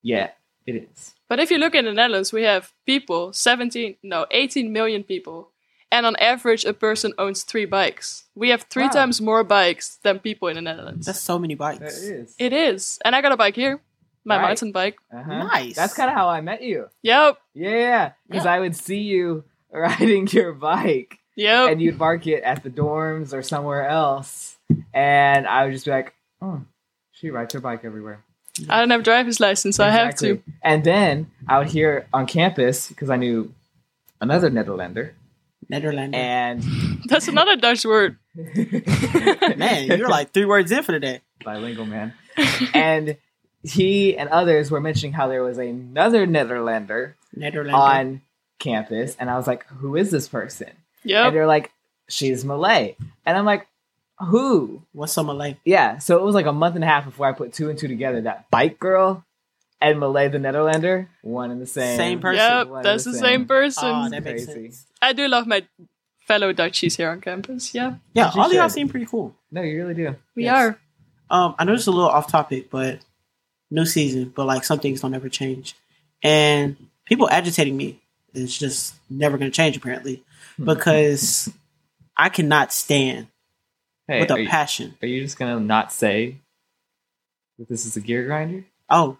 Speaker 3: yeah, it is.
Speaker 2: but if you look in the netherlands we have people 17 no 18 million people and on average a person owns three bikes we have three
Speaker 3: Wow.
Speaker 2: times more bikes than people in the netherlands
Speaker 1: That's so many bikes.
Speaker 3: That is.
Speaker 2: it is and i got a bike here my
Speaker 3: Right.
Speaker 2: mountain bike
Speaker 3: Uh-huh.
Speaker 1: Nice.
Speaker 3: That's kind of how I met you.
Speaker 2: yep
Speaker 3: Yeah, because I would see you riding your bike
Speaker 2: yep
Speaker 3: and you'd park it at the dorms or somewhere else. And I would just be like, oh, she rides her bike everywhere.
Speaker 2: i don't have a driver's license so i have to
Speaker 3: Exactly. And then I would hear on campus, because I knew another Netherlander,
Speaker 1: Netherlands.
Speaker 3: and
Speaker 2: That's another Dutch word.
Speaker 1: Man, you're like three words in for today.
Speaker 3: bilingual man. and he and others were mentioning how there was another Netherlander
Speaker 1: Netherlands.
Speaker 3: on campus. And I was like, who is this person? And
Speaker 2: Yep.
Speaker 3: they're like, she's Malay. And I'm like, who?
Speaker 1: What's some Malay?
Speaker 3: Yeah. So it was like a month and a half before I put two and two together that bike girl and Malay the Netherlander, one and the same.
Speaker 1: Same person.
Speaker 2: Yep.
Speaker 3: One
Speaker 2: That's
Speaker 3: and
Speaker 2: the same person.
Speaker 1: Ah, that makes
Speaker 3: Crazy.
Speaker 1: sense.
Speaker 2: I do love my fellow Dutchies here on campus. Yeah.
Speaker 1: Yeah,
Speaker 3: As you
Speaker 1: all of y'all
Speaker 3: should.
Speaker 1: seem pretty cool.
Speaker 3: No, you really do.
Speaker 2: We
Speaker 1: Yes.
Speaker 2: are.
Speaker 1: Um, I know it's a little off topic, but new season, but like some things don't ever change. And people agitating me is just never gonna change apparently.
Speaker 3: Hmm.
Speaker 1: Because I cannot stand
Speaker 3: Hey,
Speaker 1: with
Speaker 3: are
Speaker 1: a
Speaker 3: you,
Speaker 1: passion.
Speaker 3: are you just gonna not say that this is a gear grinder?
Speaker 1: Oh,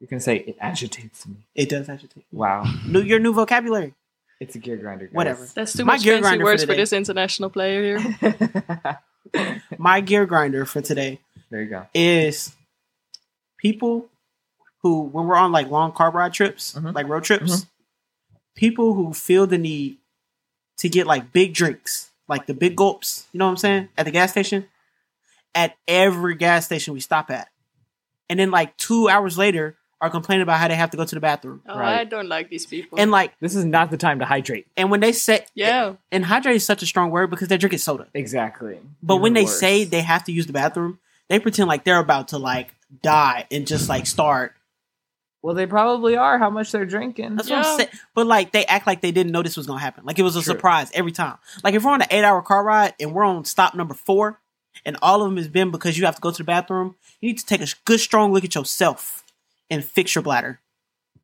Speaker 3: You're gonna say it agitates me.
Speaker 1: it does agitate.
Speaker 3: Wow,
Speaker 1: New your new vocabulary.
Speaker 3: it's a gear grinder. guys.
Speaker 1: Whatever.
Speaker 2: That's too
Speaker 1: My
Speaker 2: much
Speaker 1: gear
Speaker 2: fancy
Speaker 1: grinder for
Speaker 2: words for
Speaker 1: today.
Speaker 2: this international player here.
Speaker 1: My gear grinder for today
Speaker 3: there you go.
Speaker 1: is people who when we're on like long car ride trips,
Speaker 3: Mhm.
Speaker 1: like road trips, people who feel the need to get like big drinks, like the big gulps, you know what I'm saying, at the gas station, at every gas station we stop at. And then like 2 hours later are complaining about how they have to go to the bathroom.
Speaker 2: Oh,
Speaker 3: Right.
Speaker 2: I don't like these people.
Speaker 1: And like
Speaker 3: This is not the time to hydrate.
Speaker 1: and when they say
Speaker 2: yeah.
Speaker 1: and hydrate is such a strong word because they're drinking soda.
Speaker 3: Exactly.
Speaker 1: But when
Speaker 3: Even
Speaker 1: they
Speaker 3: worse.
Speaker 1: say they have to use the bathroom, they pretend like they're about to like die and just like start.
Speaker 3: well, they probably are. How much they're drinking?
Speaker 1: That's what
Speaker 2: Yeah.
Speaker 1: I'm saying. But like they act like they didn't know this was gonna happen. Like it was a
Speaker 3: True.
Speaker 1: surprise every time. Like if we're on an eight hour car ride and we're on stop number four, and all of them has been because you have to go to the bathroom. You need to take a good strong look at yourself and fix your bladder,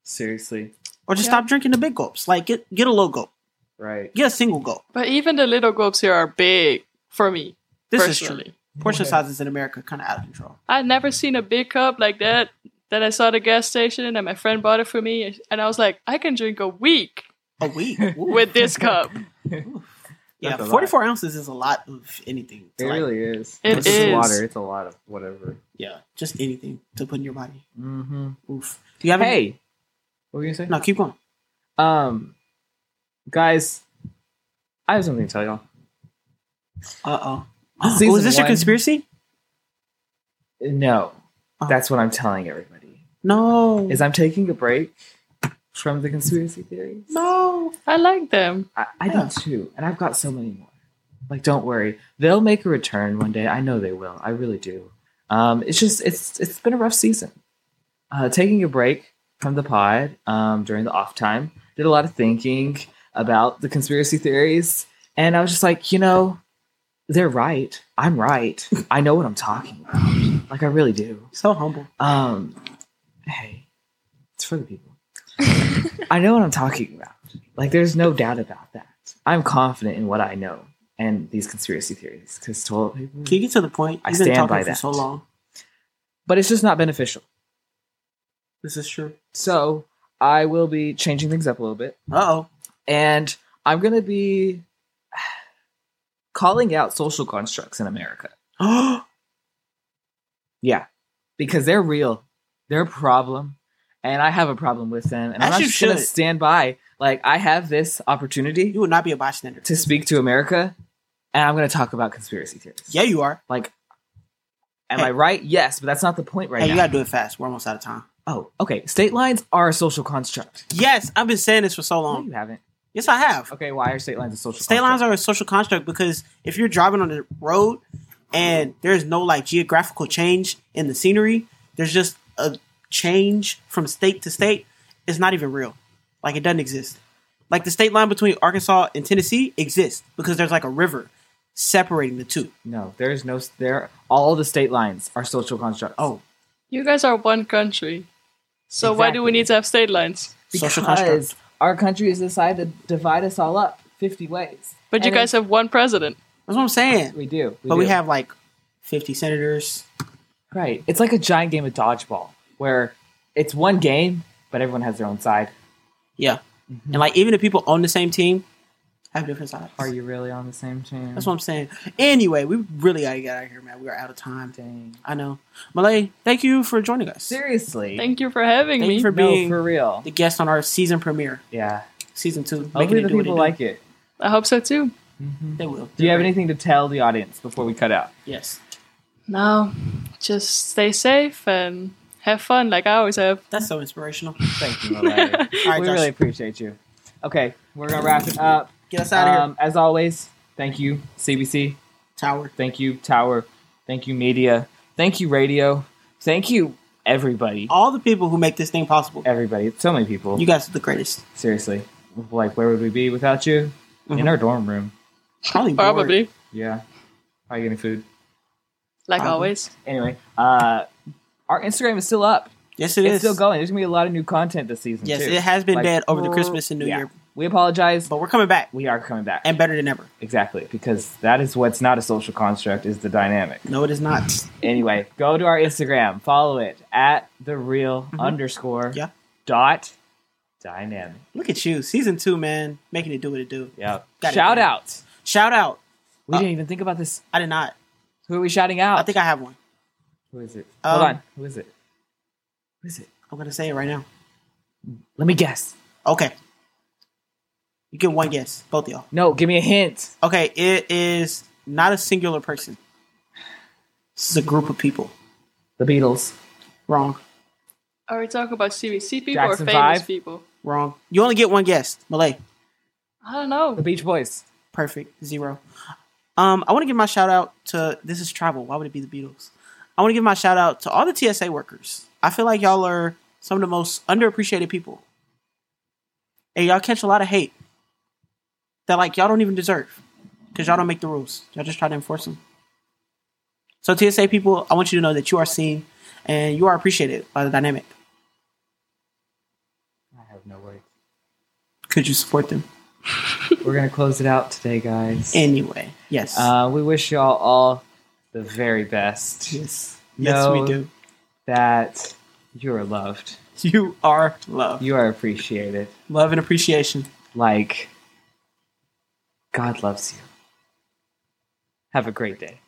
Speaker 3: Seriously,
Speaker 1: or just
Speaker 2: Yeah.
Speaker 1: stop drinking the big gulps. Like get get a little gulp,
Speaker 3: right?
Speaker 1: get a single gulp.
Speaker 2: But even the little groups here are big for me.
Speaker 1: This
Speaker 2: personally.
Speaker 1: is true. Portion sizes in America kind of out of control.
Speaker 2: I'd never seen a big cup like that that I saw at a gas station and my friend bought it for me. And I was like, I can drink a week
Speaker 1: A week
Speaker 2: with this cup.
Speaker 1: yeah,
Speaker 3: That's a lot.
Speaker 1: forty four ounces is a lot of anything.
Speaker 3: It
Speaker 1: to, like,
Speaker 3: really is.
Speaker 2: It
Speaker 3: it's just
Speaker 2: is.
Speaker 3: water. It's a lot of whatever.
Speaker 1: yeah, just anything to put in your body.
Speaker 3: Mm-hmm.
Speaker 1: Oof. Do you have any?
Speaker 3: Hey, what were you gonna say?
Speaker 1: No, keep going.
Speaker 3: Um, guys, I have something to tell y'all.
Speaker 1: Uh oh.
Speaker 3: Season
Speaker 1: Was this your
Speaker 3: one.
Speaker 1: conspiracy?
Speaker 3: No,
Speaker 1: Oh.
Speaker 3: that's what I'm telling everybody.
Speaker 1: No.
Speaker 3: Is I'm taking a break from the conspiracy theories.
Speaker 1: no.
Speaker 2: I like them.
Speaker 3: I, I
Speaker 1: Yeah.
Speaker 3: do too, and I've got so many more. Like, don't worry, they'll make a return one day. I know they will. I really do. Um, it's just it's it's been a rough season. Uh, taking a break from the pod um, during the off time, did a lot of thinking about the conspiracy theories, and I was just like, you know, they're right. I'm right. I know what I'm talking about. Like, I really do.
Speaker 1: So humble.
Speaker 3: Um, hey, it's for the people. I know what I'm talking about. Like, there's no doubt about that. I'm confident in what I know and these conspiracy theories because toilet paper.
Speaker 1: Can you get to the point?
Speaker 3: I
Speaker 1: You've been
Speaker 3: stand
Speaker 1: talking
Speaker 3: by
Speaker 1: for
Speaker 3: that.
Speaker 1: so long.
Speaker 3: But it's just not beneficial.
Speaker 1: This is true.
Speaker 3: So I will be changing things up a little bit,
Speaker 1: Uh oh.
Speaker 3: and I'm gonna be calling out social constructs in America.
Speaker 1: Oh,
Speaker 3: Yeah, because they're real. They're a problem, and I have a problem with them. And
Speaker 1: As
Speaker 3: I'm not
Speaker 1: you
Speaker 3: just gonna
Speaker 1: should.
Speaker 3: stand by. Like I have this opportunity
Speaker 1: you would not be a bystander.
Speaker 3: to speak to America, and I'm gonna talk about conspiracy theories.
Speaker 1: Yeah, you are.
Speaker 3: Like Am
Speaker 1: Hey.
Speaker 3: I right? Yes, but that's not the point right
Speaker 1: Hey,
Speaker 3: now.
Speaker 1: you gotta do it fast. We're almost out of time.
Speaker 3: oh, okay. State lines are a social construct.
Speaker 1: Yes, I've been saying this for so
Speaker 3: No,
Speaker 1: long.
Speaker 3: you haven't.
Speaker 1: Yes, I have.
Speaker 3: Okay, why are state lines a social
Speaker 1: State
Speaker 3: construct?
Speaker 1: lines are a social construct because if you're driving on the road and there's no like geographical change in the scenery, there's just a change from state to state. It's not even real. Like it doesn't exist. Like the state line between Arkansas and Tennessee exists because there's like a river separating the two.
Speaker 3: No, there's no. There, all the state lines are social constructs.
Speaker 1: Oh,
Speaker 2: You guys are one country. So why do we
Speaker 3: Exactly.
Speaker 2: need to have state lines?
Speaker 3: because
Speaker 1: social construct.
Speaker 3: our country has decided to divide us all up fifty ways.
Speaker 2: But you
Speaker 3: And it-
Speaker 2: guys have one president.
Speaker 1: That's what I'm saying.
Speaker 3: we do,
Speaker 1: but we
Speaker 3: do.
Speaker 1: have like 50 senators.
Speaker 3: right. It's like a giant game of dodgeball where it's one game, but everyone has their own side.
Speaker 1: Yeah. And like even the people on the same team have different sides.
Speaker 3: Mm-hmm. Are you really on the same team?
Speaker 1: That's what I'm saying. Anyway, we really gotta get out of here, man. We are out of time.
Speaker 3: Dang.
Speaker 1: I know. Malay, thank you for joining us.
Speaker 3: Seriously.
Speaker 2: Thank you for having
Speaker 1: Thank
Speaker 2: me.
Speaker 1: you for
Speaker 3: no,
Speaker 1: being
Speaker 3: for real.
Speaker 1: the guest on our season premiere,
Speaker 3: Yeah.
Speaker 1: season two. making
Speaker 3: Hopefully
Speaker 1: it
Speaker 3: the
Speaker 1: do what
Speaker 3: people
Speaker 1: it do.
Speaker 3: like it.
Speaker 2: I hope so too.
Speaker 1: They will.
Speaker 3: Do you have anything to tell the audience before we cut out?
Speaker 1: Yes.
Speaker 2: No, just stay safe and have fun like I always have.
Speaker 1: That's so inspirational.
Speaker 3: Thank you, Malay.
Speaker 1: All right,
Speaker 3: we
Speaker 1: Josh,
Speaker 3: really appreciate you. Okay, we're gonna wrap it up.
Speaker 1: get us out of here.
Speaker 3: Um, as always, thank you, CBC.
Speaker 1: Tower.
Speaker 3: Thank you, Tower. Thank you, Media. Thank you, Radio. Thank you, everybody.
Speaker 1: All the people who make this thing possible.
Speaker 3: Everybody. So many people.
Speaker 1: You guys are the greatest.
Speaker 3: Seriously. Like, where would we be without you? In
Speaker 1: Mhm.
Speaker 3: our dorm room.
Speaker 1: Probably. bored.
Speaker 2: Probably.
Speaker 3: Yeah. Probably getting food.
Speaker 2: Like
Speaker 1: Probably.
Speaker 2: always.
Speaker 3: Anyway, uh, our Instagram is still up.
Speaker 1: Yes, it
Speaker 3: it's
Speaker 1: is.
Speaker 3: still going. There's gonna be a lot of new content this season.
Speaker 1: Yes,
Speaker 3: too.
Speaker 1: it has been
Speaker 3: Like,
Speaker 1: dead over the
Speaker 3: we're-
Speaker 1: Christmas and New
Speaker 3: yeah.
Speaker 1: Year,
Speaker 3: We apologize.
Speaker 1: but we're coming back
Speaker 3: We are coming back.
Speaker 1: and better than ever.
Speaker 3: exactly, because that is what's not a social construct is the dynamic.
Speaker 1: No, it is not.
Speaker 3: Anyway, go to our Instagram, follow it at the real underscore
Speaker 1: Mm-hmm. Yeah.
Speaker 3: dot dynamic.
Speaker 1: Look at you, season two, man, making it do what it do.
Speaker 3: Yep.
Speaker 1: Got it,
Speaker 3: Shout
Speaker 1: man.
Speaker 3: outs.
Speaker 1: Shout out.
Speaker 3: We
Speaker 1: Uh,
Speaker 3: didn't even think about this.
Speaker 1: I did not.
Speaker 3: Who are we shouting out?
Speaker 1: I think I have one.
Speaker 3: Who is it?
Speaker 1: Um,
Speaker 3: Hold on. Who is it? Who is it?
Speaker 1: I'm gonna say it right now.
Speaker 3: Let me guess.
Speaker 1: Okay. You get one guess, both of y'all.
Speaker 3: No, give me a hint.
Speaker 1: Okay, it is not a singular person. This is a group of people.
Speaker 3: The Beatles.
Speaker 1: Wrong.
Speaker 2: Are we talking about CBC people
Speaker 3: Jackson
Speaker 2: or famous
Speaker 3: five?
Speaker 2: people?
Speaker 1: Wrong. You only get one guess. Malay.
Speaker 2: I don't know.
Speaker 3: The Beach Boys.
Speaker 1: Perfect. Zero. Um, I want to give my shout out to this is travel. Why would it be the Beatles? I want to give my shout out to all the TSA workers. I feel like y'all are some of the most underappreciated people. And y'all catch a lot of hate that like y'all don't even deserve. Because y'all don't make the rules. Y'all just try to enforce them. So TSA people, I want you to know that you are seen and you are appreciated by the dynamic.
Speaker 3: I have no words.
Speaker 1: Could you support them?
Speaker 3: We're gonna close it out today, guys.
Speaker 1: Anyway. Yes.
Speaker 3: Uh, we wish y'all all the very best.
Speaker 1: yes.
Speaker 3: no.
Speaker 1: Yes, we do.
Speaker 3: That you are loved.
Speaker 1: You are loved.
Speaker 3: You are appreciated.
Speaker 1: Love and appreciation.
Speaker 3: Like God loves you. Have a great day.